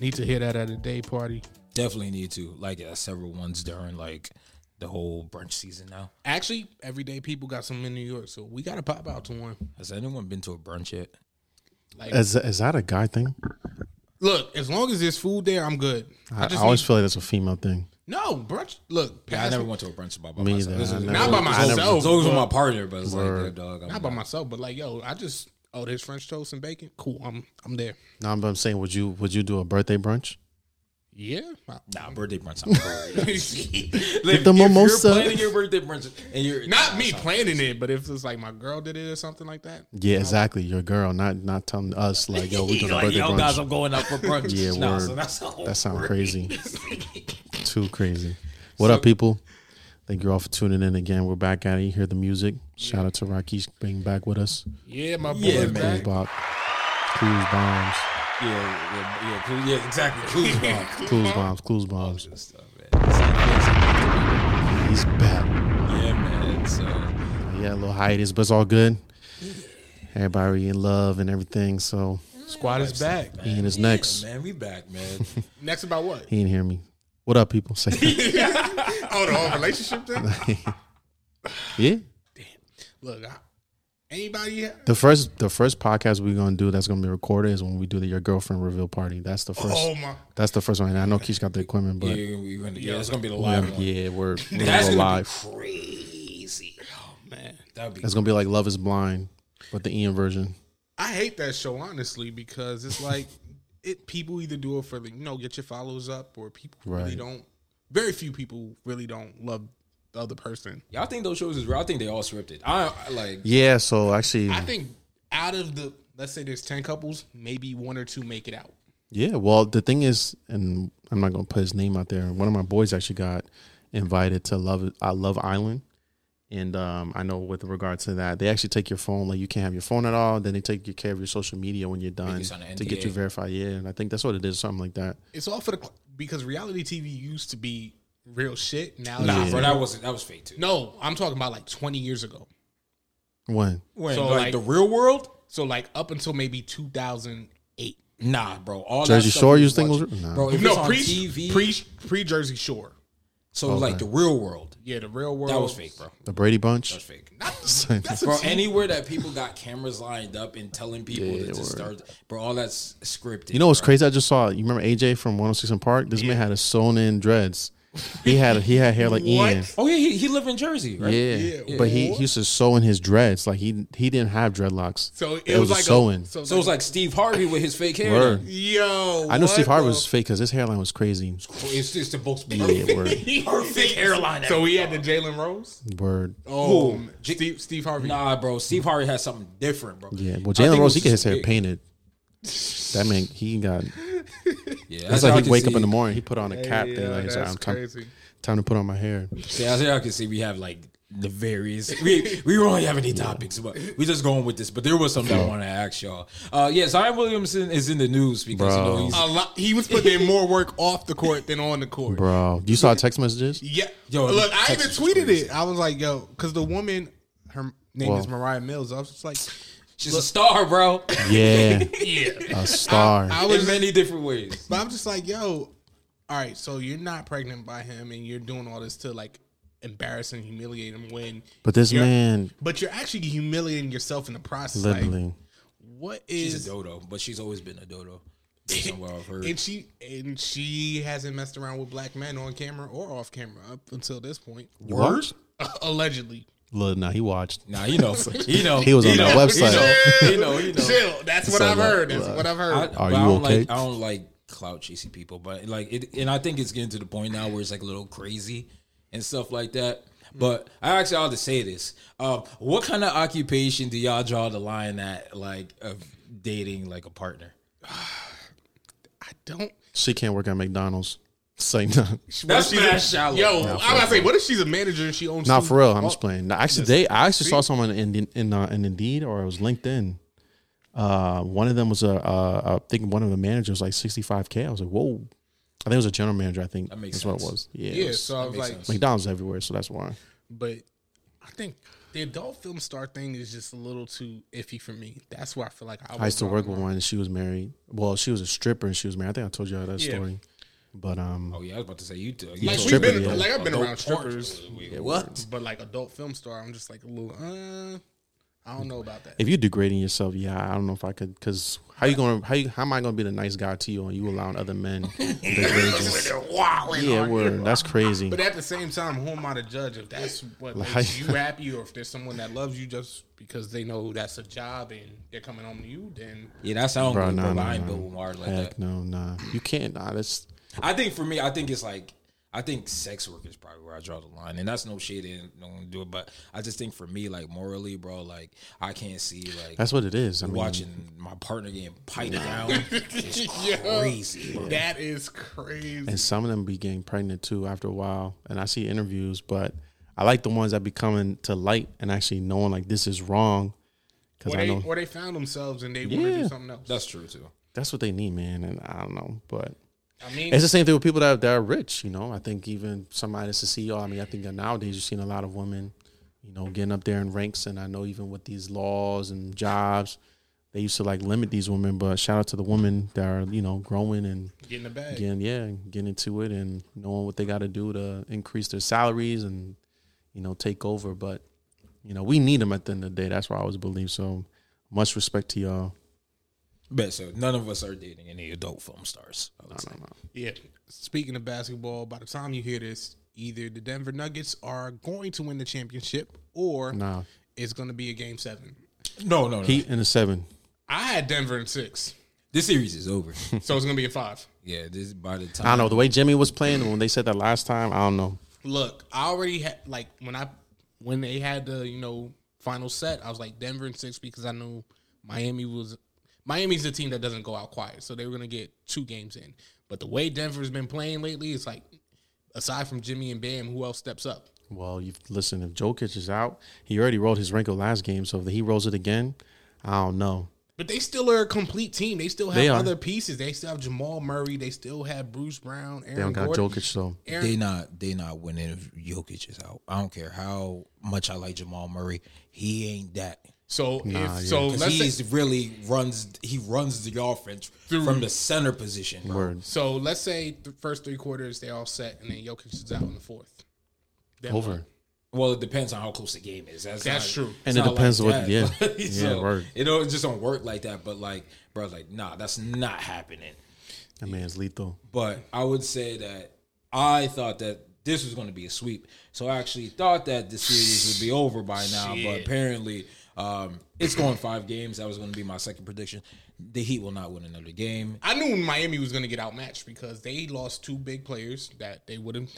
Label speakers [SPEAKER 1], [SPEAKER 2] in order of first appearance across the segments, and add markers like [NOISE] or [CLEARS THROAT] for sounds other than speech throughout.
[SPEAKER 1] Need to hear that at a day party.
[SPEAKER 2] Definitely need to like uh, several ones during like the whole brunch season now.
[SPEAKER 1] Actually, everyday people got some in New York, so we gotta pop out to one.
[SPEAKER 2] Has anyone been to a brunch yet?
[SPEAKER 1] Like,
[SPEAKER 3] Is, is that a guy thing?
[SPEAKER 1] look, as long as there's food there, I'm good.
[SPEAKER 3] I, I
[SPEAKER 1] just
[SPEAKER 3] always
[SPEAKER 1] need-
[SPEAKER 3] feel like that's a female thing.
[SPEAKER 1] no brunch. Look,
[SPEAKER 2] Yeah, I
[SPEAKER 1] pass
[SPEAKER 2] never
[SPEAKER 1] me-
[SPEAKER 2] went to a brunch by, by
[SPEAKER 3] Me
[SPEAKER 2] myself.
[SPEAKER 3] either.
[SPEAKER 2] This
[SPEAKER 3] I
[SPEAKER 2] is-
[SPEAKER 3] never-
[SPEAKER 1] Not by
[SPEAKER 3] I never-
[SPEAKER 1] myself.
[SPEAKER 2] It's always with my partner, but it's like, yeah,
[SPEAKER 3] Word.
[SPEAKER 2] dog, I'm
[SPEAKER 1] Not by myself, but like, yo, I just oh, there's French toast and bacon. Cool, I'm I'm there.
[SPEAKER 3] No, I'm, I'm saying, would you would you do a birthday brunch?
[SPEAKER 1] Yeah, I-
[SPEAKER 2] Nah, birthday brunch. [LAUGHS] I'm cold.
[SPEAKER 3] Get the mimosa.
[SPEAKER 2] If you're planning your birthday brunch, and you're
[SPEAKER 1] [LAUGHS] not me planning it, but if it's like my girl did it or something like that,
[SPEAKER 3] Yeah, exactly. Your girl, not not telling us like, yo,
[SPEAKER 2] [LAUGHS]
[SPEAKER 3] we doing a
[SPEAKER 2] like,
[SPEAKER 3] birthday
[SPEAKER 2] yo,
[SPEAKER 3] brunch.
[SPEAKER 2] guys, I'm going
[SPEAKER 3] [LAUGHS]
[SPEAKER 2] out for brunch.
[SPEAKER 3] Yeah,
[SPEAKER 2] nah,
[SPEAKER 3] word.
[SPEAKER 2] so that's all.
[SPEAKER 3] That sounds
[SPEAKER 2] [LAUGHS]
[SPEAKER 3] crazy. Too crazy. What up, people? Thank you all for tuning in again. We're back at it. You hear the music. Shout out to Rocky's being back with us.
[SPEAKER 1] yeah, my boy
[SPEAKER 2] Yeah,
[SPEAKER 1] is
[SPEAKER 3] Cruise
[SPEAKER 1] back.
[SPEAKER 3] Bob. Cruise bombs.
[SPEAKER 2] Yeah, yeah, yeah, cool. yeah, exactly. Who's wrong?
[SPEAKER 3] Cruise bombs. Cruise bombs.
[SPEAKER 2] Just stuff, man.
[SPEAKER 3] He's back.
[SPEAKER 2] Yeah, man. So
[SPEAKER 3] Yeah, a little hiatus, but it's all good. Everybody in love and everything. So
[SPEAKER 1] Squad is back.
[SPEAKER 3] he in his next.
[SPEAKER 2] man, we back, man.
[SPEAKER 1] Next about what? [LAUGHS]
[SPEAKER 3] He didn't hear me. What up, people? Say
[SPEAKER 2] [LAUGHS]
[SPEAKER 3] [LAUGHS]
[SPEAKER 1] oh, the whole relationship thing.
[SPEAKER 3] yeah.
[SPEAKER 1] Look, I, anybody?
[SPEAKER 3] The first the first podcast we're gonna do that's gonna be recorded is when we do the your girlfriend reveal party. That's the first
[SPEAKER 1] Oh my!
[SPEAKER 3] that's the first one. And I know Keith's got the equipment, but
[SPEAKER 2] yeah, we gonna, yeah, it's gonna be the live one.
[SPEAKER 3] Yeah, we're, we're
[SPEAKER 2] [LAUGHS] That's
[SPEAKER 3] gonna go
[SPEAKER 2] gonna
[SPEAKER 3] live.
[SPEAKER 2] be crazy.
[SPEAKER 1] Oh man,
[SPEAKER 2] That'd be
[SPEAKER 3] It's gonna be like Love Is Blind, but the Ian version.
[SPEAKER 1] I hate that show honestly because it's like it. People either do it for like, you know get your followers up, or people really
[SPEAKER 3] Right.
[SPEAKER 1] don't. Very few people really don't love the other person.
[SPEAKER 2] Y'all think those shows is real? I think they all scripted. I, I like.
[SPEAKER 3] Yeah, so actually,
[SPEAKER 1] I think out of the let's say there's ten couples, maybe one or two make it out.
[SPEAKER 3] yeah. Well, the thing is, and I'm not gonna put his name out there. One of my boys actually got invited to Love I Love Island, and um, I know with regard to that, they actually take your phone. Like you can't have your phone at all. Then they take your care of your social media when you're done
[SPEAKER 2] you sign an
[SPEAKER 3] to get you
[SPEAKER 2] NDA.
[SPEAKER 3] verified. Yeah, and I think that's what it is, something like that.
[SPEAKER 1] It's all for the cl- because reality TV used to be real shit. Now,
[SPEAKER 2] Nah,
[SPEAKER 1] it's
[SPEAKER 2] bro, that wasn't. That was fake too.
[SPEAKER 1] no, I'm talking about like 20 years ago.
[SPEAKER 3] When
[SPEAKER 2] When,
[SPEAKER 1] So,
[SPEAKER 2] like,
[SPEAKER 1] like-
[SPEAKER 2] the real world?
[SPEAKER 1] So like up until maybe 2008.
[SPEAKER 2] Nah, bro. All
[SPEAKER 3] Jersey
[SPEAKER 2] that stuff
[SPEAKER 3] Shore
[SPEAKER 2] we
[SPEAKER 3] you think was
[SPEAKER 2] watching-
[SPEAKER 3] real? Nah.
[SPEAKER 2] Bro, if it's
[SPEAKER 1] No,
[SPEAKER 2] on
[SPEAKER 1] pre
[SPEAKER 2] TV,
[SPEAKER 1] pre pre Jersey Shore.
[SPEAKER 2] so like the real world.
[SPEAKER 1] Yeah, the real world.
[SPEAKER 2] That was fake, bro.
[SPEAKER 3] the Brady
[SPEAKER 2] That was
[SPEAKER 3] Bunch.
[SPEAKER 2] fake.
[SPEAKER 1] Not the, that's a
[SPEAKER 2] [LAUGHS] Bro,
[SPEAKER 1] t-
[SPEAKER 2] anywhere that people got cameras lined up and telling people to just start, bro, all that's scripted.
[SPEAKER 3] [LAUGHS] You know what's
[SPEAKER 2] bro.
[SPEAKER 3] crazy? I just saw. You remember AJ from 106 and Park? This man had a sewn in dreads. He had he had hair like Ian.
[SPEAKER 2] Oh yeah, he, he lived in Jersey, right?
[SPEAKER 3] Yeah.
[SPEAKER 1] Yeah,
[SPEAKER 3] but he,
[SPEAKER 1] what?
[SPEAKER 3] he used to sew in his dreads. Like he he didn't have dreadlocks.
[SPEAKER 1] so it,
[SPEAKER 3] was,
[SPEAKER 1] was,
[SPEAKER 3] a
[SPEAKER 1] like
[SPEAKER 3] sewing.
[SPEAKER 1] A, so,
[SPEAKER 2] So it was like Steve Harvey with his fake hair.
[SPEAKER 3] Word.
[SPEAKER 2] then.
[SPEAKER 1] yo,
[SPEAKER 3] I know uh,
[SPEAKER 1] what
[SPEAKER 3] Steve Harvey
[SPEAKER 1] the-
[SPEAKER 3] was fake because his hairline was crazy.
[SPEAKER 2] It's just the most
[SPEAKER 3] Yeah,
[SPEAKER 2] perfect,
[SPEAKER 3] word.
[SPEAKER 1] [LAUGHS]
[SPEAKER 2] perfect hairline.
[SPEAKER 1] So we had the Jalen Rose.
[SPEAKER 3] Word.
[SPEAKER 1] Oh,
[SPEAKER 2] Who?
[SPEAKER 1] man. Steve Steve Harvey.
[SPEAKER 2] Nah, bro. Steve Harvey has something different, bro.
[SPEAKER 3] Yeah. Well,
[SPEAKER 2] I think
[SPEAKER 3] Jalen
[SPEAKER 2] it
[SPEAKER 3] Rose, he
[SPEAKER 2] was
[SPEAKER 3] get his
[SPEAKER 2] just
[SPEAKER 3] hair
[SPEAKER 2] big.
[SPEAKER 3] painted. That man, he got.
[SPEAKER 2] Yeah,
[SPEAKER 3] That's
[SPEAKER 2] as y'all
[SPEAKER 3] like he'd
[SPEAKER 2] can
[SPEAKER 3] wake up
[SPEAKER 2] see-
[SPEAKER 3] in the morning. He put on a cap. there, like, he's like,
[SPEAKER 1] that's
[SPEAKER 3] I'm time,
[SPEAKER 1] crazy.
[SPEAKER 3] time to put on my hair.
[SPEAKER 2] Yeah, as y'all can see, we have like the various. We we don't really have any topics, but we just going with this. But there was something I want to ask y'all. Uh, yeah, Zion Williamson is in the news because you know
[SPEAKER 3] Bro.
[SPEAKER 2] he's
[SPEAKER 1] A lot. He was putting in more work off the court than on the court.
[SPEAKER 3] Bro, you saw text messages?
[SPEAKER 1] Yeah.
[SPEAKER 2] Yo,
[SPEAKER 1] look, I even
[SPEAKER 2] Texas
[SPEAKER 1] tweeted
[SPEAKER 2] crazy.
[SPEAKER 1] it. I was like, yo, because the woman, her name
[SPEAKER 3] Whoa.
[SPEAKER 1] is Mariah Mills. I was just like,
[SPEAKER 2] she's a star, [LAUGHS] bro,
[SPEAKER 3] [LAUGHS] Yeah.
[SPEAKER 1] yeah.
[SPEAKER 3] A star.
[SPEAKER 1] I
[SPEAKER 2] in
[SPEAKER 1] was,
[SPEAKER 2] many different ways.
[SPEAKER 1] but I'm just like, yo, all right, so you're not pregnant by him and you're doing all this to like embarrass and humiliate him when,
[SPEAKER 3] but this
[SPEAKER 1] Yeah.
[SPEAKER 3] man,
[SPEAKER 1] but you're actually humiliating yourself in the process. Like,
[SPEAKER 3] literally.
[SPEAKER 1] what
[SPEAKER 2] She's
[SPEAKER 1] is,
[SPEAKER 2] a dodo, but she's always been a dodo. based on what I've heard.
[SPEAKER 1] and she, and she hasn't messed around with black men on camera or off camera up until this point, [LAUGHS]
[SPEAKER 3] You watched?
[SPEAKER 1] allegedly.
[SPEAKER 3] Look, nah, he watched.
[SPEAKER 2] Nah, you know, you know,
[SPEAKER 3] He was on
[SPEAKER 2] you
[SPEAKER 3] that
[SPEAKER 2] know,
[SPEAKER 3] website.
[SPEAKER 2] You know, you know, you know.
[SPEAKER 1] Chill. That's what
[SPEAKER 3] So,
[SPEAKER 1] I've
[SPEAKER 3] like,
[SPEAKER 1] heard. That's what I've heard.
[SPEAKER 2] I, but I
[SPEAKER 3] you
[SPEAKER 2] don't
[SPEAKER 3] okay?
[SPEAKER 2] like I don't like clout chasing people, but like it, and I think it's getting to the point now where it's like a little crazy and stuff like that. But I actually ought to say this: um, What kind of occupation do y'all draw the line at, like of dating like a partner?
[SPEAKER 1] I don't.
[SPEAKER 3] She can't work at McDonald's. Say no.
[SPEAKER 2] That's
[SPEAKER 1] she's
[SPEAKER 2] mad
[SPEAKER 1] a-
[SPEAKER 2] shallow.
[SPEAKER 1] Yo, I'm about to say, what if she's a manager and she owns?
[SPEAKER 3] Not
[SPEAKER 1] two-
[SPEAKER 3] for real. I'm
[SPEAKER 1] oh,
[SPEAKER 3] just playing. No, actually, they I actually saw someone in in uh, in Indeed or it was LinkedIn. Uh, one of them was a uh, I think one of the managers was like 65k. I was like, whoa. I think it was a general manager. I think
[SPEAKER 2] makes
[SPEAKER 3] that's what it
[SPEAKER 2] sense.
[SPEAKER 3] was. Yeah. it
[SPEAKER 1] Yeah,
[SPEAKER 3] was-
[SPEAKER 1] so I was
[SPEAKER 2] makes
[SPEAKER 1] like,
[SPEAKER 2] sense.
[SPEAKER 3] McDonald's everywhere, so that's why.
[SPEAKER 1] but I think the adult film star thing is just a little too iffy for me. That's where I feel like I,
[SPEAKER 3] I used to
[SPEAKER 1] was
[SPEAKER 3] work
[SPEAKER 1] wrong.
[SPEAKER 3] with one. and She was married. Well, she was a stripper and she was married. I think I told you all that
[SPEAKER 1] Yeah.
[SPEAKER 3] story. But um,
[SPEAKER 2] Oh yeah, I was about to say you. Too.
[SPEAKER 1] Like, we've
[SPEAKER 3] Stripper,
[SPEAKER 1] been,
[SPEAKER 3] yeah.
[SPEAKER 1] like I've been
[SPEAKER 2] Adult
[SPEAKER 1] around
[SPEAKER 2] porn.
[SPEAKER 1] strippers,
[SPEAKER 2] What?
[SPEAKER 1] but like adult film star, I'm just like a little. Uh, I don't know about that.
[SPEAKER 3] if you're degrading yourself, yeah, I don't know if I could. Because how you gonna how you, how am I gonna be the nice guy to you and you allowing other men to degrade
[SPEAKER 1] [LAUGHS]
[SPEAKER 3] you? Yeah, word. That's crazy.
[SPEAKER 1] But at the same time, who am I to judge if that's what
[SPEAKER 3] Like-
[SPEAKER 1] makes you happy, or if there's someone that loves you just because they know that's a job and they're coming home to you? Then [LAUGHS]
[SPEAKER 2] Yeah, that sounds
[SPEAKER 3] Bro,
[SPEAKER 2] good,
[SPEAKER 3] nah,
[SPEAKER 2] but
[SPEAKER 3] nah,
[SPEAKER 2] I ain't
[SPEAKER 3] nah.
[SPEAKER 2] built with Mars like that.
[SPEAKER 3] Heck no, nah. You can't. Nah, that's
[SPEAKER 2] I think for me, I think it's like I think sex work is probably where I draw the line, and that's no shit. And no one do it, but I just think for me, like morally, bro, like I can't see like
[SPEAKER 3] that's what it is. I mean,
[SPEAKER 2] watching my partner getting piped down. [LAUGHS] It's crazy. bro.
[SPEAKER 1] that is crazy.
[SPEAKER 3] and some of them be getting pregnant too after a while. And I see interviews, but I like the ones that be coming to light and actually knowing like this is wrong. Because
[SPEAKER 1] Or
[SPEAKER 3] I
[SPEAKER 1] they,
[SPEAKER 3] know
[SPEAKER 1] or they found themselves and they want to
[SPEAKER 3] Yeah.
[SPEAKER 1] do something else.
[SPEAKER 2] That's true too.
[SPEAKER 3] that's what they need, man. And I don't know, but
[SPEAKER 1] I mean,
[SPEAKER 3] it's the same thing with people that, that are rich. You know, I think even somebody that's a CEO. I mean, I think that nowadays you're seeing a lot of women, you know, getting up there in ranks. And I know even with these laws and jobs, they used to like limit these women. But shout out to the women that are you know growing and
[SPEAKER 1] getting the bag.
[SPEAKER 3] getting yeah getting into it and knowing what they got to do to increase their salaries and you know take over but you know we need them at the end of the day that's why i always believe so much respect to y'all
[SPEAKER 2] Bet so none of us are dating any adult film stars. I would say.
[SPEAKER 1] Yeah. Speaking of basketball, by the time you hear this, either the Denver Nuggets are going to win the championship or
[SPEAKER 3] nah
[SPEAKER 1] it's going to be a game seven.
[SPEAKER 2] No, no, no.
[SPEAKER 3] heat and a seven
[SPEAKER 1] I had Denver in six,
[SPEAKER 2] this series
[SPEAKER 3] [LAUGHS]
[SPEAKER 2] is over.
[SPEAKER 1] so it's going to be a five.
[SPEAKER 2] yeah, this by the
[SPEAKER 3] i don't
[SPEAKER 2] time
[SPEAKER 3] know the way jimmy was playing when they said that last time i don't know
[SPEAKER 1] Look, I already had like when I when they had the you know final set, I was like Denver in six because I knew Miami was Miami's a team that doesn't go out quiet, so they were going to get two games in. But the way Denver's been playing lately, it's like aside from Jimmy and Bam, who else steps up?
[SPEAKER 3] well you listen if jokic is out he already rolled his wrinkle last game so if he rolls it again i don't know
[SPEAKER 1] But they still are a complete team. They still have
[SPEAKER 3] They are.
[SPEAKER 1] other pieces. They still have Jamal Murray. They still have Bruce Brown. Aaron
[SPEAKER 3] they don't got
[SPEAKER 1] Gordon.
[SPEAKER 3] jokic so
[SPEAKER 1] Aaron,
[SPEAKER 2] they not they not winning if Jokic is out. I don't care how much I like Jamal Murray, he ain't that.
[SPEAKER 1] so if,
[SPEAKER 3] Nah, yeah.
[SPEAKER 1] so
[SPEAKER 2] Because
[SPEAKER 1] let's say,
[SPEAKER 2] he's really runs he runs the offense from the center position. Bro.
[SPEAKER 3] word
[SPEAKER 1] so let's say the first three quarters they all set, and then Jokic is out in the fourth. Then
[SPEAKER 3] over
[SPEAKER 2] Well, it depends on how close the game is. That's,
[SPEAKER 1] That's
[SPEAKER 2] not-
[SPEAKER 1] true.
[SPEAKER 2] it's
[SPEAKER 3] And it
[SPEAKER 2] not
[SPEAKER 3] depends
[SPEAKER 2] like
[SPEAKER 3] what-
[SPEAKER 2] that.
[SPEAKER 3] yeah.
[SPEAKER 2] [LAUGHS] Like,
[SPEAKER 3] Yeah,
[SPEAKER 2] so,
[SPEAKER 3] word.
[SPEAKER 2] You know, it just don't work like that. But like, bro, like, nah, that's not happening.
[SPEAKER 3] that man's lethal
[SPEAKER 2] But I would say that I thought that this was going to be a sweep. So I actually thought that the series would be over by now. But apparently, um, it's going five games. That was going to be my second prediction. The Heat will not win another game.
[SPEAKER 1] I knew Miami was going to get outmatched because they lost two big players that they would have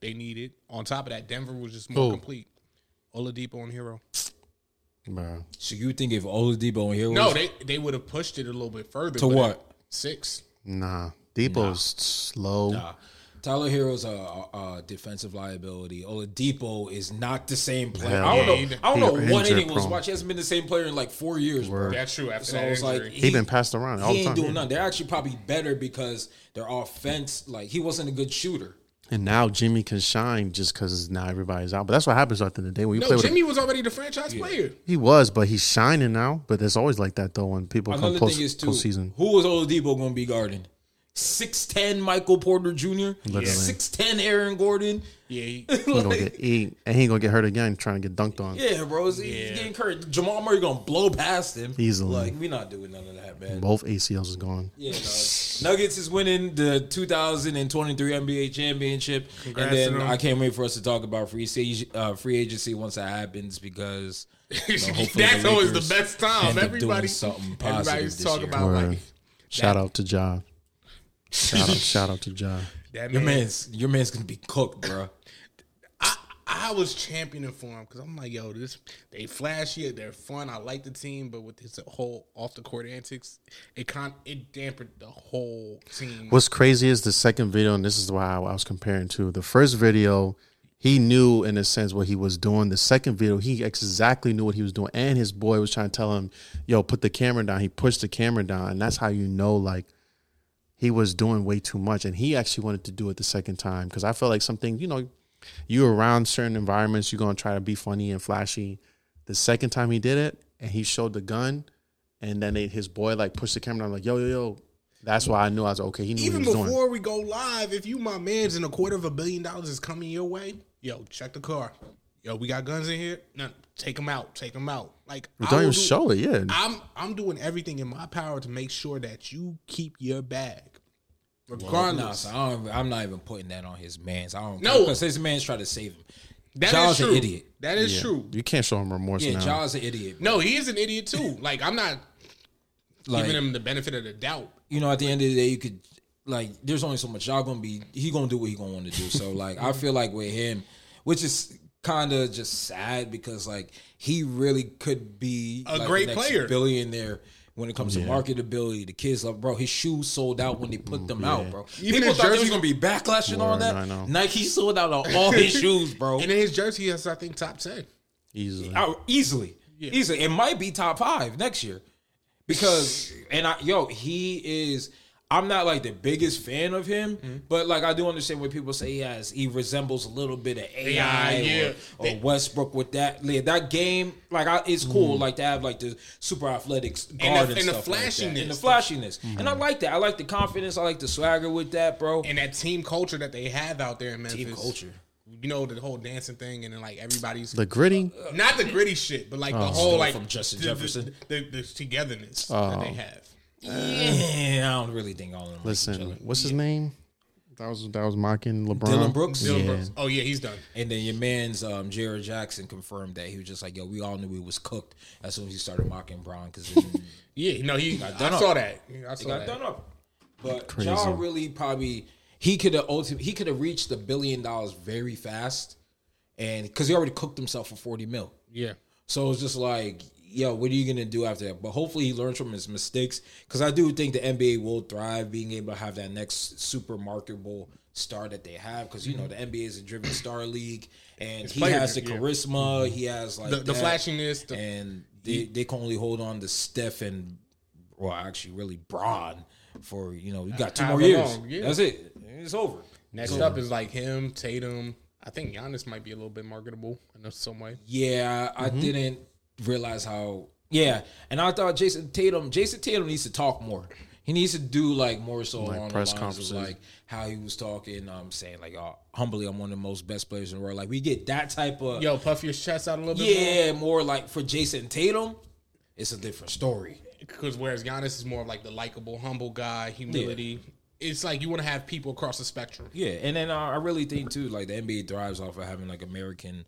[SPEAKER 1] they needed. On top of that, Denver was just more
[SPEAKER 3] Who?
[SPEAKER 1] complete. Oladipo and Hero.
[SPEAKER 3] bro
[SPEAKER 2] So you think if Oladipo and Hero
[SPEAKER 1] No, they they would have pushed it a little bit further.
[SPEAKER 2] to
[SPEAKER 1] but
[SPEAKER 2] what?
[SPEAKER 1] Six.
[SPEAKER 3] nah depot's slow
[SPEAKER 2] Nah. Tyler Hero's a, a, a defensive liability. Oladipo is not the same player.
[SPEAKER 3] Hell
[SPEAKER 2] I don't
[SPEAKER 1] yeah.
[SPEAKER 2] know. I don't
[SPEAKER 3] He-
[SPEAKER 2] know what
[SPEAKER 3] injury
[SPEAKER 2] inning was
[SPEAKER 3] prone.
[SPEAKER 2] watched. He hasn't been the same player in like four years, bro.
[SPEAKER 1] That's true. After
[SPEAKER 2] So
[SPEAKER 1] that
[SPEAKER 2] it's like
[SPEAKER 1] injury.
[SPEAKER 3] he been passed around all
[SPEAKER 2] he
[SPEAKER 3] the
[SPEAKER 2] ain't
[SPEAKER 3] time.
[SPEAKER 2] doing
[SPEAKER 3] yeah.
[SPEAKER 2] nothing. They're actually probably better because their offense, like he wasn't a good shooter.
[SPEAKER 3] And now Jimmy can shine just because now everybody's out. But that's what happens at the end of the day when you play
[SPEAKER 1] No,
[SPEAKER 3] with.
[SPEAKER 1] Jimmy was already the franchise player.
[SPEAKER 3] he was, but he's shining now. But it's always like that though when people come
[SPEAKER 2] Another
[SPEAKER 3] post
[SPEAKER 2] thing is too,
[SPEAKER 3] postseason.
[SPEAKER 2] who is Oladipo going to be guarding? Six ten Michael Porter Jr. Six ten Aaron Gordon.
[SPEAKER 1] Yeah, [LAUGHS] he,
[SPEAKER 3] He gonna
[SPEAKER 2] [LAUGHS]
[SPEAKER 3] get eat, and he gonna get hurt again trying to get dunked on.
[SPEAKER 2] Yeah, bro, he's, he's getting current. Jamal Murray going to blow past him
[SPEAKER 3] Easily.
[SPEAKER 2] Like we're not doing none of that, man.
[SPEAKER 3] Both ACLs is gone.
[SPEAKER 2] Yeah, dog. Nuggets is winning the 2023 NBA championship,
[SPEAKER 1] Congrats to
[SPEAKER 2] and then
[SPEAKER 1] them.
[SPEAKER 2] I can't wait for us to talk about free ag- uh, free agency once that
[SPEAKER 1] [LAUGHS]
[SPEAKER 2] happens because you know, hopefully
[SPEAKER 1] that's
[SPEAKER 2] the
[SPEAKER 1] always
[SPEAKER 2] Lakers
[SPEAKER 1] the best
[SPEAKER 2] end
[SPEAKER 1] time.
[SPEAKER 2] up doing
[SPEAKER 1] Everybody,
[SPEAKER 2] something positive
[SPEAKER 1] everybody's
[SPEAKER 2] this
[SPEAKER 1] talking
[SPEAKER 2] year.
[SPEAKER 1] about
[SPEAKER 3] Word.
[SPEAKER 1] like
[SPEAKER 3] Shout out to Ja. Shout out, shout out to Ja.
[SPEAKER 1] [LAUGHS] that
[SPEAKER 2] Your
[SPEAKER 1] man.
[SPEAKER 2] man's your man's gonna be cooked, bro.
[SPEAKER 1] I, I was championing for him because I'm like, yo, this they flashy, they're fun. I like the team, but with this whole off the court antics, it con it dampened the whole team.
[SPEAKER 3] What's crazy is the second video, and this is why I I was comparing to the first video. He knew, in a sense, what he was doing. The second video, he exactly knew what he was doing, and his boy was trying to tell him, "Yo, put the camera down." He pushed the camera down, and that's how you know, like, he was doing way too much, and he actually wanted to do it the second time because I felt like something, you know, You're around certain environments, you're gonna try to be funny and flashy. The second time he did it, and he showed the gun, and then they, his boy like pushed the camera. down like, yo, yo, yo. That's why I knew I was like, okay. He knew what
[SPEAKER 1] Even
[SPEAKER 3] he was doing.
[SPEAKER 1] before we go live, if you my man's and a quarter of a billion dollars is coming your way, yo, check the car. Yo, we got guns in here. No, take them out. Take them out. Like I
[SPEAKER 3] Don't
[SPEAKER 1] will
[SPEAKER 3] even
[SPEAKER 1] do-
[SPEAKER 3] show it. Yeah,
[SPEAKER 1] I'm I'm doing everything in my power to make sure that you keep your bag, regardless.
[SPEAKER 2] Nah, so I don't, I'm not even putting that on his man's. I don't
[SPEAKER 1] No.
[SPEAKER 2] because his man's trying to save him.
[SPEAKER 1] That is
[SPEAKER 2] Child's an
[SPEAKER 1] true.
[SPEAKER 2] idiot.
[SPEAKER 1] That is
[SPEAKER 3] Yeah.
[SPEAKER 1] true.
[SPEAKER 3] You can't show him remorse
[SPEAKER 2] Yeah,
[SPEAKER 3] now.
[SPEAKER 2] Jaws an idiot.
[SPEAKER 1] No, he is an idiot too. Like I'm not
[SPEAKER 2] Like
[SPEAKER 1] giving him the benefit of the doubt.
[SPEAKER 2] you know, at the end of the day, you could like. There's only so much y'all gonna be. He gonna do what he gonna want to do. So like, I feel like with him, which is kind of just sad because like he really could be
[SPEAKER 1] A
[SPEAKER 2] like,
[SPEAKER 1] great
[SPEAKER 2] the next
[SPEAKER 1] player.
[SPEAKER 2] billionaire. When it comes to marketability, the kids love, bro. His shoes sold out when they put them out, bro.
[SPEAKER 1] Even
[SPEAKER 2] People
[SPEAKER 1] his
[SPEAKER 2] thought there was
[SPEAKER 1] jerseys-
[SPEAKER 2] gonna be backlash and all
[SPEAKER 3] Word, I know.
[SPEAKER 2] that. Nike sold out on all his [LAUGHS] shoes, bro.
[SPEAKER 1] And in his jersey, he has I think top ten.
[SPEAKER 3] Easily.
[SPEAKER 2] out easily. Easily. It might be top five next year. Because and I yo, he is I'm not like the biggest fan of him,
[SPEAKER 1] Mm-hmm.
[SPEAKER 2] but like I do understand when people say he has he resembles a little bit of AI
[SPEAKER 1] Yeah, yeah.
[SPEAKER 2] or, or Westbrook with that. Yeah, that game, like I, it's cool, like to have like the super athletics guard and,
[SPEAKER 1] the- Mm-hmm.
[SPEAKER 2] stuff
[SPEAKER 1] and the
[SPEAKER 2] like that.
[SPEAKER 1] flashiness. Mm-hmm.
[SPEAKER 2] and the flashiness, and I like that. I like the confidence. I like the swagger with that, bro.
[SPEAKER 1] And that team culture that they have out there in Memphis.
[SPEAKER 2] Team culture.
[SPEAKER 1] You know the whole dancing thing, and then like everybody's
[SPEAKER 3] the gritty.
[SPEAKER 1] not the gritty shit, but like
[SPEAKER 3] Oh.
[SPEAKER 1] the whole like
[SPEAKER 2] from Justin
[SPEAKER 1] the- the-
[SPEAKER 2] Jefferson.
[SPEAKER 1] the, the, togetherness
[SPEAKER 3] Oh.
[SPEAKER 1] that they have.
[SPEAKER 2] yeah, I don't really think all of them. like each
[SPEAKER 3] Listen,
[SPEAKER 2] other.
[SPEAKER 3] what's his name? That was that was mocking LeBron.
[SPEAKER 2] Dylan Brooks?
[SPEAKER 1] Dylan
[SPEAKER 3] Yeah.
[SPEAKER 1] Brooks. Oh yeah, he's done.
[SPEAKER 2] And then your man's um, Jared Jackson confirmed that he was just like, "Yo, we all knew he was cooked as soon as he started mocking Braun because [LAUGHS] he
[SPEAKER 1] Yeah, no, he. I
[SPEAKER 2] done up.
[SPEAKER 1] saw that. I saw
[SPEAKER 2] got
[SPEAKER 1] that.
[SPEAKER 2] done up." But
[SPEAKER 3] Crazy.
[SPEAKER 2] Ja really probably he could have ultimately he could have reached the billion dollars very fast, and because he already cooked himself for forty mil.
[SPEAKER 1] Yeah,
[SPEAKER 2] So it's just like, yo, what are you gonna do after that? But hopefully he learns from his mistakes because I do think the NBA will thrive being able to have that next super marketable star that they have because you know the NBA is a driven star league and he
[SPEAKER 1] Mm-hmm. player
[SPEAKER 2] has the
[SPEAKER 1] driven,
[SPEAKER 2] charisma, he has like
[SPEAKER 1] the, the
[SPEAKER 2] that,
[SPEAKER 1] flashiness. The,
[SPEAKER 2] and they, they can only hold on to Steph and well, actually, really Braun for you know you got two more
[SPEAKER 1] Uh, However
[SPEAKER 2] years.
[SPEAKER 1] long, yeah.
[SPEAKER 2] That's it. It's over.
[SPEAKER 1] next up is like him, Tatum. I think Giannis might be a little bit marketable in some way.
[SPEAKER 2] Yeah, I didn't realize how. Yeah, and I thought Jason Tatum. Jason Tatum needs to talk more. He needs to do like more so on
[SPEAKER 3] press
[SPEAKER 2] press
[SPEAKER 3] conferences.
[SPEAKER 2] conferences, like how he was talking, um, saying like, oh, "Humbly, I'm one of the most best players in the world." Like we get that type of
[SPEAKER 1] Yo, puff your chest out a little bit. more.
[SPEAKER 2] yeah, more like for Jason Tatum, it's a different story.
[SPEAKER 1] Because whereas Giannis is more of like the likable, humble guy, humility. It's like you want to have people across the spectrum.
[SPEAKER 2] Yeah, and then uh, I really think too, like the NBA thrives off of having like American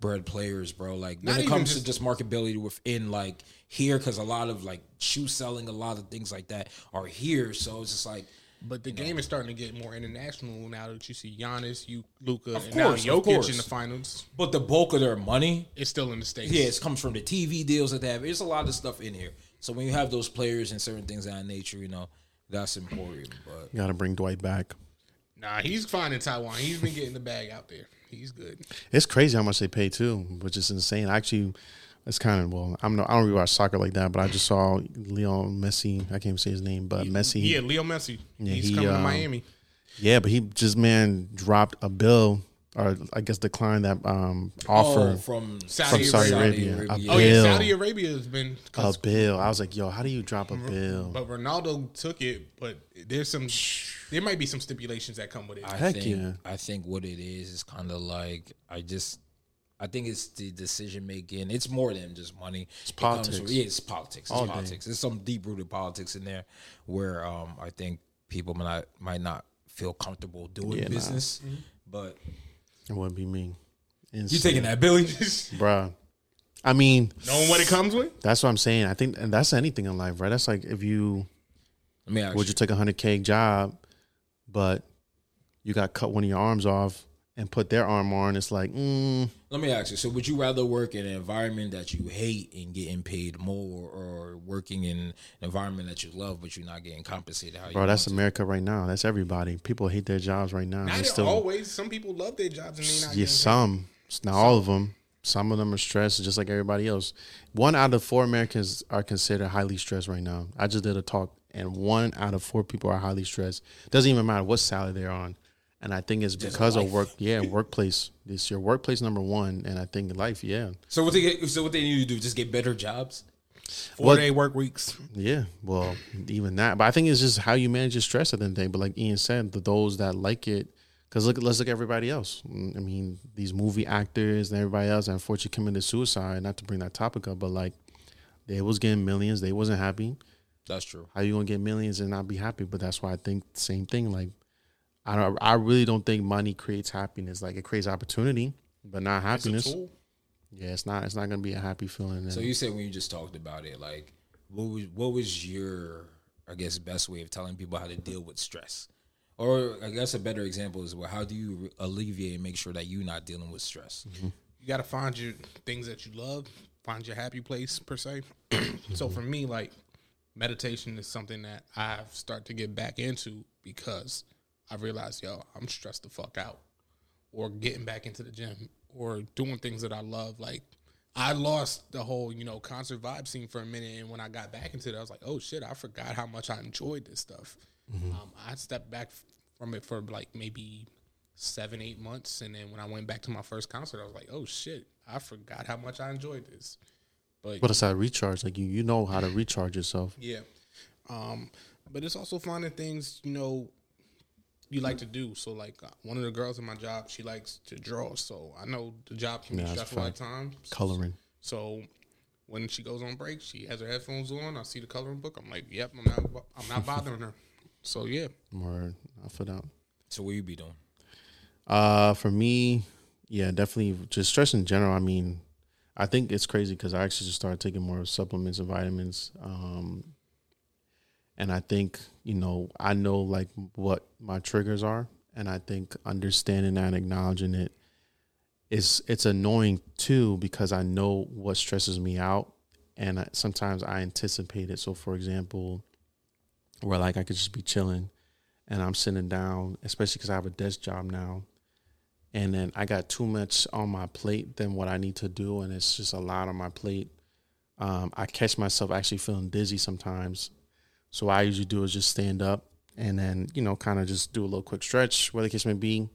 [SPEAKER 2] bred players, bro. Like when
[SPEAKER 1] Not
[SPEAKER 2] it
[SPEAKER 1] even
[SPEAKER 2] comes
[SPEAKER 1] just-
[SPEAKER 2] to just marketability within like here, because a lot of like shoe selling, a lot of things like that are here. So it's just like,
[SPEAKER 1] But the game is starting to get more international now that you see Giannis, you Luca, and
[SPEAKER 2] course,
[SPEAKER 1] now
[SPEAKER 2] of
[SPEAKER 1] Jokic in
[SPEAKER 2] course.
[SPEAKER 1] the finals.
[SPEAKER 2] but the bulk of their money,
[SPEAKER 1] It's still in the states.
[SPEAKER 2] yeah, it comes from the TV deals that they have. There's a lot of stuff in here. So when you have those players and certain things of that nature, you know that's important. But
[SPEAKER 3] Got to bring Dwight back.
[SPEAKER 1] Nah, he's fine in Taiwan. He's been getting the bag out there. He's good.
[SPEAKER 3] It's crazy how much they pay too, which is insane. I Actually, it's kind of well. I'm no, I don't really watch soccer like that, but I just saw Leon Messi. I can't even say his name, but Messi.
[SPEAKER 1] Yeah, Leo Messi. he's
[SPEAKER 3] he,
[SPEAKER 1] coming to
[SPEAKER 3] um,
[SPEAKER 1] Miami.
[SPEAKER 3] Yeah, but he just man dropped a bill, or I guess declined that um
[SPEAKER 2] oh,
[SPEAKER 3] offer
[SPEAKER 2] from
[SPEAKER 1] Saudi
[SPEAKER 3] from Saudi
[SPEAKER 1] Arabia. Saudi
[SPEAKER 3] Arabia. A
[SPEAKER 2] Arabia.
[SPEAKER 1] Oh yeah,
[SPEAKER 3] bill.
[SPEAKER 1] Saudi Arabia has been.
[SPEAKER 3] a bill. I was like, yo, how do you drop a bill?
[SPEAKER 1] But Ronaldo took it. But there's some. There might be some stipulations that come with it.
[SPEAKER 2] I
[SPEAKER 3] Heck
[SPEAKER 2] think,
[SPEAKER 3] yeah.
[SPEAKER 2] I think what it is is kind of like I just I think it's the decision making. It's more than just money. It's
[SPEAKER 3] politics.
[SPEAKER 2] yeah, it's politics. It's
[SPEAKER 3] All day.
[SPEAKER 2] politics. There's some deep rooted politics in there where um I think people might not, might not feel comfortable doing
[SPEAKER 3] Yeah, nah.
[SPEAKER 2] business. But
[SPEAKER 3] It wouldn't be me.
[SPEAKER 2] you taking that, Billy? [LAUGHS]
[SPEAKER 3] bruh? I mean,
[SPEAKER 1] Knowing what it comes with.
[SPEAKER 3] that's what I'm saying. I think, and that's anything in life, right? That's like if you
[SPEAKER 2] I mean,
[SPEAKER 3] would you take a hundred k job, but you got cut one of your arms off and put their arm on. It's like, mm,
[SPEAKER 2] Let me ask you. So, would you rather work in an environment that you hate and getting paid more, or working in an environment that you love but you're not getting compensated? How you
[SPEAKER 3] bro,
[SPEAKER 2] want
[SPEAKER 3] that's
[SPEAKER 2] to?
[SPEAKER 3] America right now. That's everybody. People hate their jobs right now. They
[SPEAKER 1] Not
[SPEAKER 3] still,
[SPEAKER 1] always. Some people love their jobs and they not.
[SPEAKER 3] yeah,
[SPEAKER 1] getting
[SPEAKER 3] some, not all of them. Some of them are stressed, just like everybody else. One out of four Americans are considered highly stressed right now. I just did a talk, and one out of four people are highly stressed. Doesn't even matter what salary they're on. And I think it's
[SPEAKER 2] Just
[SPEAKER 3] because of
[SPEAKER 2] life.
[SPEAKER 3] work.
[SPEAKER 2] [LAUGHS]
[SPEAKER 3] Yeah, workplace. It's your workplace number one, and I think life. Yeah,
[SPEAKER 2] So what they get, so what they need to do? Just get better jobs.
[SPEAKER 1] Four
[SPEAKER 3] Well-
[SPEAKER 1] day work weeks.
[SPEAKER 3] yeah. Well, even that. But I think it's just how you manage your stress at the end of the day. But like Ian said, the those that like it, because look, let's look at everybody else. Mm, I mean, these movie actors and everybody else, that unfortunately, committed suicide. Not to bring that topic up, but like, they was getting millions. They wasn't happy.
[SPEAKER 2] That's true.
[SPEAKER 3] how you gonna get millions and not be happy? But that's why I think same thing. Like I don't, I really don't think money creates happiness. Like it creates opportunity, but not happiness. yeah, it's not. It's not gonna be a happy feeling. And
[SPEAKER 2] So you said when you just talked about it, like what was what was your I guess best way of telling people how to deal with stress, or I guess a better example is well, how do you re- alleviate and make sure that you're not dealing with stress?
[SPEAKER 3] Mm-hmm.
[SPEAKER 1] you got to find your things that you love, find your happy place per se. [CLEARS THROAT] so for me, like meditation is something that I've started to get back into because I realized, yo, I'm stressed the fuck out, or getting back into the gym, or doing things that I love. Like I lost the whole you know concert vibe scene for a minute, and when I got back into it, I was like, oh shit, I forgot how much I enjoyed this stuff. Um, I stepped back from it for like maybe seven, eight months. And then when I went back to my first concert, I was like, oh shit, I forgot how much I enjoyed this. But
[SPEAKER 3] but it's that recharge. Like you, you know how to recharge yourself.
[SPEAKER 1] yeah. Um, but it's also finding things, you know, you like to do. So, like, uh, one of the girls in my job, she likes to draw. So I know the job can be
[SPEAKER 3] Yeah, that's
[SPEAKER 1] stressful at
[SPEAKER 3] fact.
[SPEAKER 1] times.
[SPEAKER 3] Coloring.
[SPEAKER 1] So when she goes on break, she has her headphones on. I see the coloring book. I'm like, yep, I'm not, bo- I'm
[SPEAKER 3] [LAUGHS]
[SPEAKER 1] not bothering her. So, yeah.
[SPEAKER 3] More I feel out.
[SPEAKER 2] So what you be doing?
[SPEAKER 3] Uh, for me, yeah, definitely just stress in general. I mean, I think it's crazy because I actually just started taking more supplements and vitamins. Um, and I think you know I know like what my triggers are, and I think understanding that and acknowledging it is it's annoying too because I know what stresses me out, and I, sometimes I anticipate it. So, for example, where like I could just be chilling, and I'm sitting down, especially because I have a desk job now, and then I got too much on my plate than what I need to do, and it's just a lot on my plate. Um, I catch myself actually feeling dizzy sometimes, so what I usually do is just stand up and then you know kind of just do a little quick stretch, where the case may be.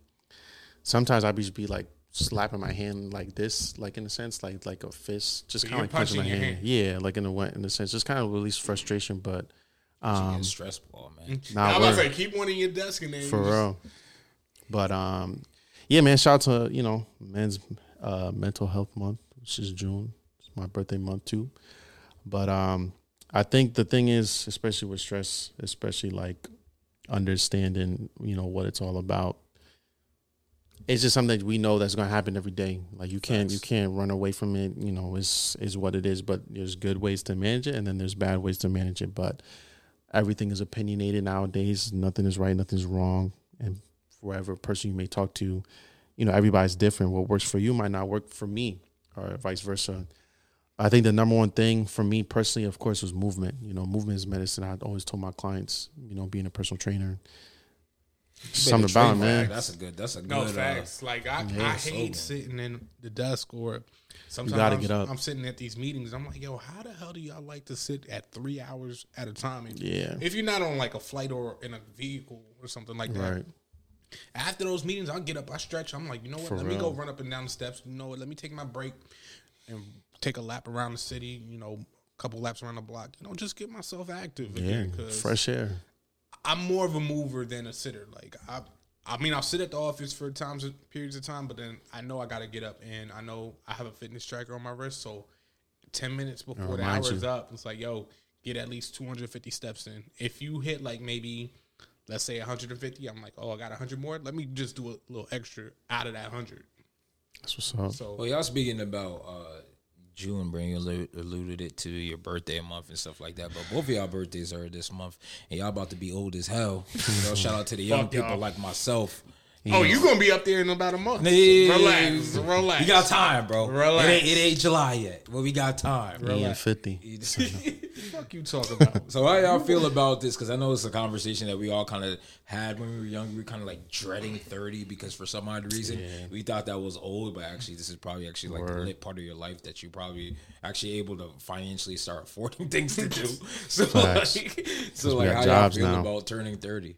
[SPEAKER 3] Sometimes I just be like slapping my hand like this, like in a sense, like like a fist, just
[SPEAKER 1] So
[SPEAKER 3] kind of
[SPEAKER 1] you're
[SPEAKER 3] like punching,
[SPEAKER 1] punching
[SPEAKER 3] my
[SPEAKER 1] your
[SPEAKER 3] hand.
[SPEAKER 1] hand.
[SPEAKER 3] yeah, like in a way- in a sense, just kind of release frustration, but.
[SPEAKER 2] Um,
[SPEAKER 3] Um,
[SPEAKER 2] Getting stress ball, man.
[SPEAKER 3] Nah,
[SPEAKER 1] I was
[SPEAKER 3] word.
[SPEAKER 1] like, keep one in your desk and then
[SPEAKER 3] for
[SPEAKER 1] you just-
[SPEAKER 3] real. But um, yeah, man. Shout out to you know men's uh, mental health month, which is June. It's my birthday month too. But um, I think the thing is, especially with stress, especially like understanding, you know, what it's all about. It's just something that we know that's gonna happen every day. Like you can't you
[SPEAKER 2] Facts.
[SPEAKER 3] can't run away from it. You know, it's is what it is. But there's good ways to manage it, and then there's bad ways to manage it. But everything is opinionated nowadays. Nothing is right. Nothing's wrong. And wherever person you may talk to, you know, everybody's different. What works for you might not work for me, or vice versa. I think the number one thing for me personally, of course, was movement. You know, movement is medicine. I always told my clients, you know, being a personal trainer, something about it,
[SPEAKER 2] Train
[SPEAKER 3] man.
[SPEAKER 2] flag, That's a good. That's a good.
[SPEAKER 1] No
[SPEAKER 2] uh,
[SPEAKER 1] facts. Like I, I
[SPEAKER 2] so
[SPEAKER 1] hate
[SPEAKER 2] good.
[SPEAKER 1] sitting in the dusk or sometimes
[SPEAKER 3] gotta
[SPEAKER 1] I'm,
[SPEAKER 3] get up.
[SPEAKER 1] I'm sitting at these meetings. I'm like, yo, how the hell do y'all like to sit at three hours at a time? And
[SPEAKER 3] Yeah.
[SPEAKER 1] If you're not on like a flight or in a vehicle or something like that.
[SPEAKER 3] Right.
[SPEAKER 1] After those meetings, I'll get up, I stretch. I'm like, you know what? let me go run up and down the steps. You know what? Let me take my break and take a lap around the city. You know, a couple laps around the block. You know, just get myself active
[SPEAKER 3] Yeah.
[SPEAKER 1] again. 'cause-
[SPEAKER 3] Fresh air.
[SPEAKER 1] I'm more of a mover than a sitter. Like I, I mean, I'll sit at the office for times periods of time, but then I know I got to get up, and I know I have a fitness tracker on my wrist. So ten minutes before the
[SPEAKER 3] reminds
[SPEAKER 1] hour
[SPEAKER 3] you.
[SPEAKER 1] is up, it's like, yo, get at least 250 steps in. If you hit like maybe, let's say 150, I'm like, oh, I got 100 more. Let me just do a little extra out of that 100.
[SPEAKER 3] That's what's up.
[SPEAKER 1] So
[SPEAKER 2] Well, y'all speaking about uh, June, bring allu- alluded it to your birthday month and stuff like that. But both of y'all birthdays are this month, and y'all about to be old as
[SPEAKER 1] [LAUGHS]
[SPEAKER 2] hell. You know, shout out to the young
[SPEAKER 1] Fuck
[SPEAKER 2] people
[SPEAKER 1] y'all.
[SPEAKER 2] like myself.
[SPEAKER 1] oh, you gonna be up there in about a month?
[SPEAKER 2] Hey,
[SPEAKER 1] Relax, relax.
[SPEAKER 2] We got time, bro.
[SPEAKER 1] Relax.
[SPEAKER 2] It ain't, it ain't July yet, but we got time.
[SPEAKER 3] Ian fifty.
[SPEAKER 2] [LAUGHS]
[SPEAKER 1] fuck you talking about.
[SPEAKER 2] So how y'all feel about this? Because I know it's a conversation that we all kind of had when we were young. We were kind of like dreading thirty because for some odd reason we thought that was old, but actually this is probably actually like the lit part of your life that you probably actually able to financially start [LAUGHS]
[SPEAKER 3] [LAUGHS]
[SPEAKER 2] affording things to do. So
[SPEAKER 3] Facts.
[SPEAKER 2] like, so like
[SPEAKER 3] got
[SPEAKER 2] how y'all
[SPEAKER 3] jobs
[SPEAKER 2] feel
[SPEAKER 3] now.
[SPEAKER 2] about turning thirty?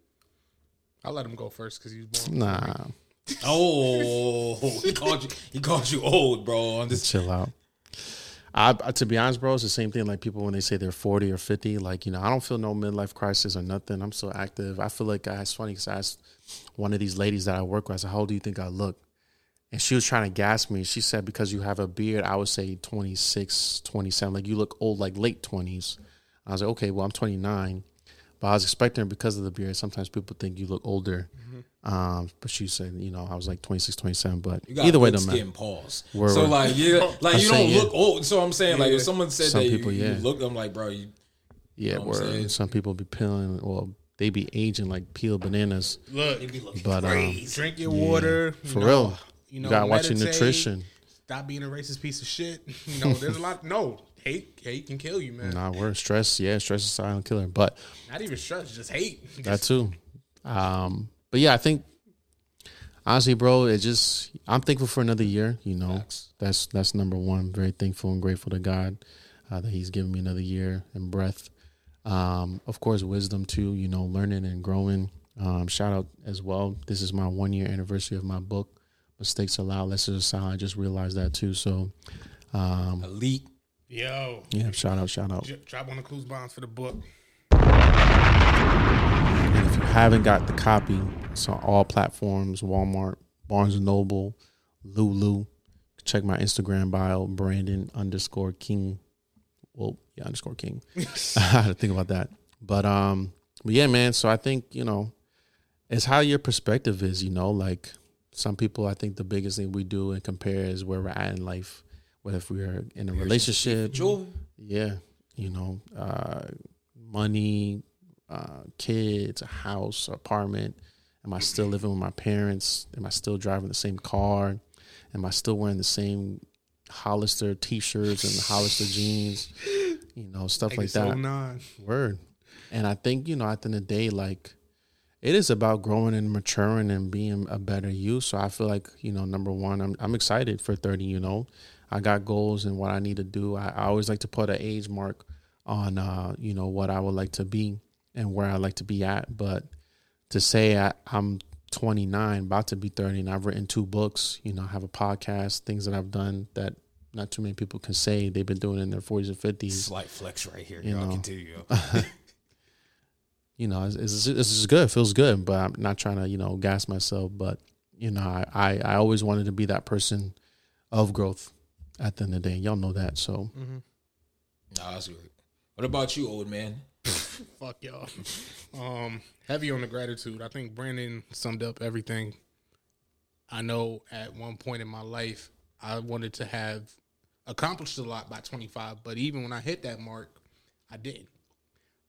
[SPEAKER 1] I'll let him go first because he's born.
[SPEAKER 3] Nah,
[SPEAKER 2] Oh, he called you. He called you old, bro. On this,
[SPEAKER 3] chill out. I, I- to be honest, bro, it's the same thing. Like people when they say they're forty or fifty, like you know, I don't feel no midlife crisis or nothing. I'm still active. I feel like I, it's funny because I asked one of these ladies that I work with. I said, "How old do you think I look?" And she was trying to gas me. She said, "Because you have a beard, I would say 26, 27. Like you look old, like late twenties." I was like, "Okay, well, I'm 29." But I was expecting her because of the beard. Sometimes people think you look older.
[SPEAKER 2] Mm-hmm.
[SPEAKER 3] Um, but she said, you know, I was like 26, 27. But
[SPEAKER 2] you got
[SPEAKER 3] either way,
[SPEAKER 2] thick
[SPEAKER 3] don't matter.
[SPEAKER 2] skin pause.
[SPEAKER 3] Word,
[SPEAKER 2] so
[SPEAKER 3] word.
[SPEAKER 2] like, yeah, like
[SPEAKER 3] I'm
[SPEAKER 2] you don't
[SPEAKER 3] saying, yeah.
[SPEAKER 2] look old. So I'm saying, like, if someone said
[SPEAKER 3] Some
[SPEAKER 2] that
[SPEAKER 3] people,
[SPEAKER 2] you, you
[SPEAKER 3] yeah.
[SPEAKER 2] look, I'm like, bro, you,
[SPEAKER 3] Yeah,
[SPEAKER 2] what I'm
[SPEAKER 3] where
[SPEAKER 2] saying?
[SPEAKER 3] some people be peeling, well, they be aging like peeled bananas.
[SPEAKER 1] Look,
[SPEAKER 2] you be looking
[SPEAKER 3] But um,
[SPEAKER 2] crazy.
[SPEAKER 1] drink your water. you
[SPEAKER 3] for
[SPEAKER 1] know,
[SPEAKER 3] real,
[SPEAKER 1] You know,
[SPEAKER 3] gotta watch your
[SPEAKER 1] meditate,
[SPEAKER 3] nutrition.
[SPEAKER 1] Stop being a racist piece of shit. [LAUGHS] You know, there's a lot. No, hate, hate can kill you, man.
[SPEAKER 3] Not worth stress. Yeah, stress is a silent killer, but
[SPEAKER 1] Not even stress, just hate.
[SPEAKER 3] that too. Um, but yeah, I think honestly, bro, it just I'm thankful for another year. You know, that's that's number one. Very thankful and grateful to God uh, that He's given me another year and breath. Um, of course, wisdom too. You know, learning and growing. Um, shout out as well. This is my one year anniversary of my book. Mistakes allowed, lessons are silent. I just realized that too. So, um,
[SPEAKER 2] elite.
[SPEAKER 1] Yo,
[SPEAKER 3] yeah, shout out, shout out.
[SPEAKER 1] j- drop on the clues bonds for the book.
[SPEAKER 3] And if you haven't got the copy, it's on all platforms: Walmart, Barnes and Noble, Lulu. Check my Instagram bio: Brandon underscore King. Well, yeah, underscore King. [LAUGHS] I had to think about that. But um, but yeah, man. So I think you know, it's how your perspective is. You know, like some people, I think the biggest thing we do and compare is where we're at in life. What if we're in a relationship?
[SPEAKER 2] Joy.
[SPEAKER 3] Yeah, you know, uh, money, uh, kids, a house, apartment. Am I still living with my parents? Am I still driving the same car? Am I still wearing the same Hollister t-shirts and Hollister jeans? You know, stuff like that.
[SPEAKER 1] nine.
[SPEAKER 3] Word. And I think, you know, at the end of the day, like it is about growing and maturing and being a better you. So I feel like, you know, number one, I'm I'm excited for 30, you know. I got goals and what I need to do. I, I always like to put an age mark on uh, you know, what I would like to be and where I like to be at. But to say I, I'm 29, about to be 30, and I've written two books, you know, I have a podcast, things that I've done that not too many people can say they've been doing in their 40s and 50s.
[SPEAKER 2] Slight flex right here.
[SPEAKER 3] You
[SPEAKER 2] Y'all
[SPEAKER 3] know.
[SPEAKER 2] continue.
[SPEAKER 3] [LAUGHS]
[SPEAKER 2] yo.
[SPEAKER 3] you know, it's, it's, it's just good. It feels good, but I'm not trying to, you know, gas myself. But, you know, I, I, I always wanted to be that person of growth at the end of the day. Y'all know that. So
[SPEAKER 2] Nah, that's great. What about you, old man?
[SPEAKER 1] Fuck y'all. Um, heavy on the gratitude. I think Brandon summed up everything. I know at one point in my life, I wanted to have accomplished a lot by 25, but even when I hit that mark, I didn't.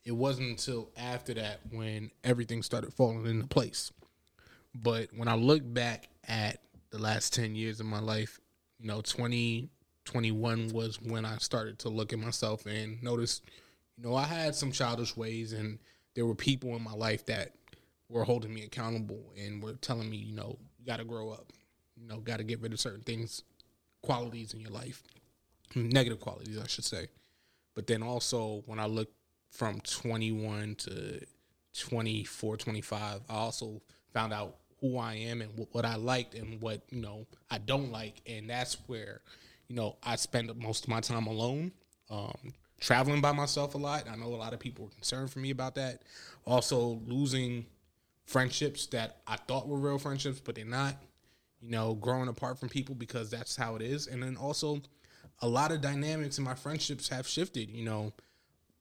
[SPEAKER 1] It wasn't until after that when everything started falling into place. But when I look back at the last 10 years of my life, you know, 2021 was when I started to look at myself and notice, you know, I had some childish ways and there were people in my life that were holding me accountable and were telling me, you know, you got to grow up, you know, got to get rid of certain things, qualities in your life, negative qualities, I should say. But then also when I look from 21 to 24, 25, I also found out who I am and wh- what I liked and what, you know, I don't like. And that's where, you know, I spend most of my time alone, um, traveling by myself a lot. I know a lot of people were concerned for me about that. Also losing friendships that I thought were real friendships, but they're not. You know, growing apart from people because that's how it is. And then also, a lot of dynamics in my friendships have shifted. You know,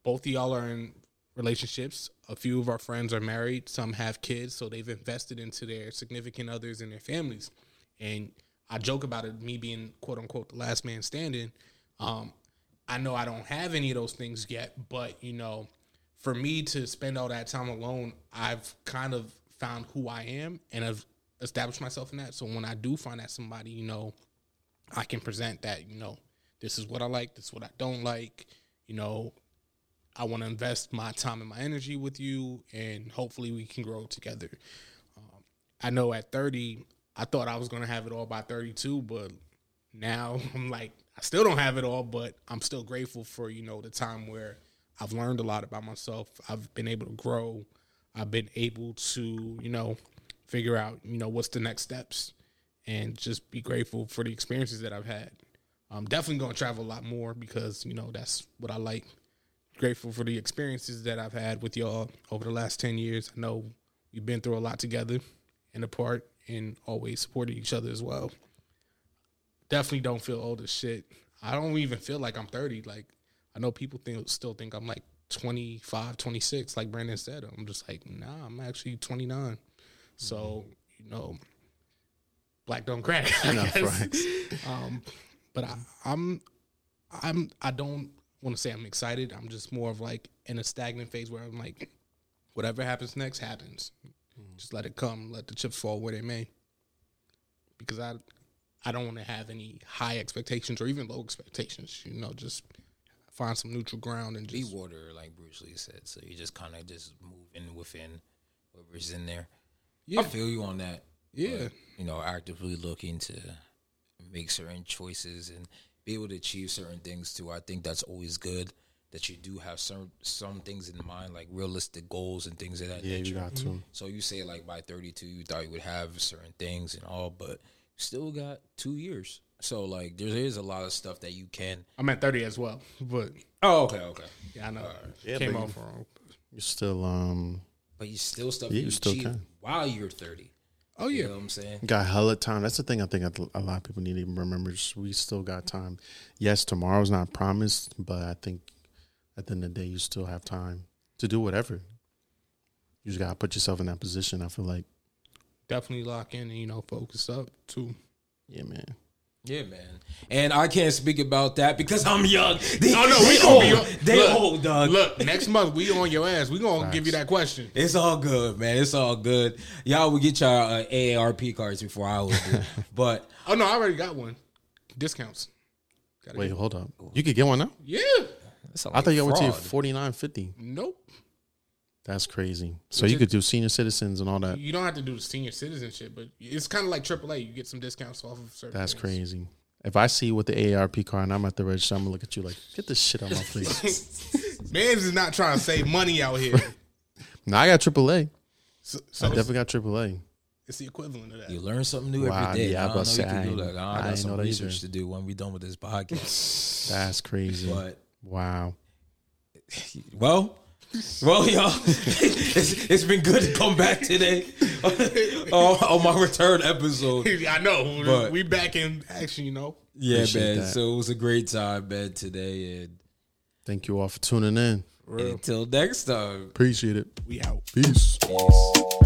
[SPEAKER 1] both of y'all are in relationships. A few of our friends are married. Some have kids, so they've invested into their significant others and their families. And I joke about it, me being quote unquote the last man standing. Um, I know I don't have any of those things yet, but you know, for me to spend all that time alone, I've kind of found who I am and I've established myself in that. So when I do find that somebody, you know, I can present that, you know, this is what I like, this is what I don't like, you know, I want to invest my time and my energy with you, and hopefully we can grow together. Um, I know at 30, I thought I was going to have it all by 32, but now [LAUGHS] I'm like, I still don't have it all, but I'm still grateful for, you know, the time where I've learned a lot about myself. I've been able to grow. I've been able to, you know, figure out, you know, what's the next steps and just be grateful for the experiences that I've had. I'm definitely going to travel a lot more because, you know, that's what I like. Grateful for the experiences that I've had with y'all over the last 10 years. I know we've been through a lot together and apart and always supported each other as well. Definitely don't feel old as shit. I don't even feel like I'm 30. Like, I know people think still think I'm like 25, 26, like Brandon said. I'm just like, nah, I'm actually 29. So, you know, black don't crack. [LAUGHS] [LAUGHS] I
[SPEAKER 3] No,
[SPEAKER 1] guess.
[SPEAKER 3] facts.
[SPEAKER 1] Um, but I, I'm, I'm, I don't want to say I'm excited. I'm just more of like in a stagnant phase where I'm like, whatever happens next happens. Just let it come. Let the chips fall where they may. Because I, I don't want to have any high expectations or even low expectations. You know, just find some neutral ground and
[SPEAKER 2] Be
[SPEAKER 1] just
[SPEAKER 2] water, like Bruce Lee said. So you just kind of just moving within whatever's in there.
[SPEAKER 1] yeah,
[SPEAKER 2] I feel you on that.
[SPEAKER 1] yeah,
[SPEAKER 2] but, you know, actively looking to make certain choices and be able to achieve certain things too. I think that's always good that you do have some some things in mind, like realistic goals and things of that
[SPEAKER 3] Yeah, you
[SPEAKER 2] nature.
[SPEAKER 3] got to.
[SPEAKER 2] So you say like by 32 you thought you would have certain things and all, but still got two years. So like there is a lot of stuff that you can.
[SPEAKER 1] I'm at 30 as well, but
[SPEAKER 2] Oh, okay, okay.
[SPEAKER 1] yeah, I know
[SPEAKER 3] Yeah,
[SPEAKER 1] came
[SPEAKER 3] but
[SPEAKER 1] off wrong.
[SPEAKER 3] You're still um
[SPEAKER 2] But you still stuff
[SPEAKER 3] Yeah,
[SPEAKER 2] you,
[SPEAKER 3] you still
[SPEAKER 2] achieve
[SPEAKER 3] can.
[SPEAKER 2] while you're 30.
[SPEAKER 1] Oh
[SPEAKER 2] You
[SPEAKER 1] yeah,
[SPEAKER 2] know what I'm saying?
[SPEAKER 3] got hella time. That's the thing I think a lot of people need to remember. is We still got time. Yes, tomorrow's not promised, but I think at the end of the day, you still have time to do whatever. You just gotta put yourself in that position. I feel like,
[SPEAKER 1] definitely lock in and you know focus up too.
[SPEAKER 3] yeah, man.
[SPEAKER 2] Yeah, man. And I can't speak about that because I'm young. They,
[SPEAKER 1] Oh, [LAUGHS] no, we gonna
[SPEAKER 2] they
[SPEAKER 1] be
[SPEAKER 2] old.
[SPEAKER 1] young.
[SPEAKER 2] They
[SPEAKER 1] Look,
[SPEAKER 2] old, dog.
[SPEAKER 1] Look, next month we on your ass. We gonna give you that question.
[SPEAKER 2] It's all good, man. It's all good. Y'all will get y'all uh, AARP cards before I would
[SPEAKER 3] [LAUGHS]
[SPEAKER 2] do. but
[SPEAKER 1] Oh no, I already got one. Discounts. Gotta
[SPEAKER 3] Wait,
[SPEAKER 1] get-
[SPEAKER 3] hold up. You could get one now.
[SPEAKER 1] yeah.
[SPEAKER 3] I thought y'all went to forty nine fifty.
[SPEAKER 1] Nope.
[SPEAKER 3] That's crazy. So you could do senior citizens and all that.
[SPEAKER 1] You don't have to do the senior citizenship, but it's kind of like AAA. You get some discounts off of certain.
[SPEAKER 3] That's
[SPEAKER 1] things.
[SPEAKER 3] crazy. If I see you with the AARP card and I'm at the register, I'm gonna look at you like, get this shit out my
[SPEAKER 1] [LAUGHS]
[SPEAKER 3] face.
[SPEAKER 1] Man's is not trying to save money out here.
[SPEAKER 3] now I got AAA.
[SPEAKER 1] So,
[SPEAKER 3] I
[SPEAKER 1] so
[SPEAKER 3] definitely got AAA.
[SPEAKER 1] it's the equivalent of that.
[SPEAKER 2] You learn something new
[SPEAKER 3] Wow,
[SPEAKER 2] every day.
[SPEAKER 3] yeah, I
[SPEAKER 2] I, don't
[SPEAKER 3] was
[SPEAKER 2] know you
[SPEAKER 3] about to
[SPEAKER 2] can do
[SPEAKER 3] say, I
[SPEAKER 2] that. I,
[SPEAKER 3] ain't- I
[SPEAKER 2] got
[SPEAKER 3] ain't
[SPEAKER 2] some
[SPEAKER 3] know that
[SPEAKER 2] research
[SPEAKER 3] either.
[SPEAKER 2] to do when we done with
[SPEAKER 3] [LAUGHS]
[SPEAKER 2] this podcast.
[SPEAKER 3] That's crazy.
[SPEAKER 2] but
[SPEAKER 3] Wow.
[SPEAKER 2] well, well, y'all, [LAUGHS] it's, it's been good to come back today [LAUGHS] on, on my return episode.
[SPEAKER 1] [LAUGHS]
[SPEAKER 3] [LAUGHS]
[SPEAKER 1] I know.
[SPEAKER 2] But-
[SPEAKER 1] we back in action, you know.
[SPEAKER 2] Yeah,
[SPEAKER 3] Appreciate
[SPEAKER 2] man.
[SPEAKER 3] that.
[SPEAKER 2] So it was a great time, man, today. And
[SPEAKER 3] Thank you all for tuning in.
[SPEAKER 1] Real.
[SPEAKER 2] until next time,
[SPEAKER 3] Appreciate it.
[SPEAKER 1] We out.
[SPEAKER 3] Peace.
[SPEAKER 2] peace.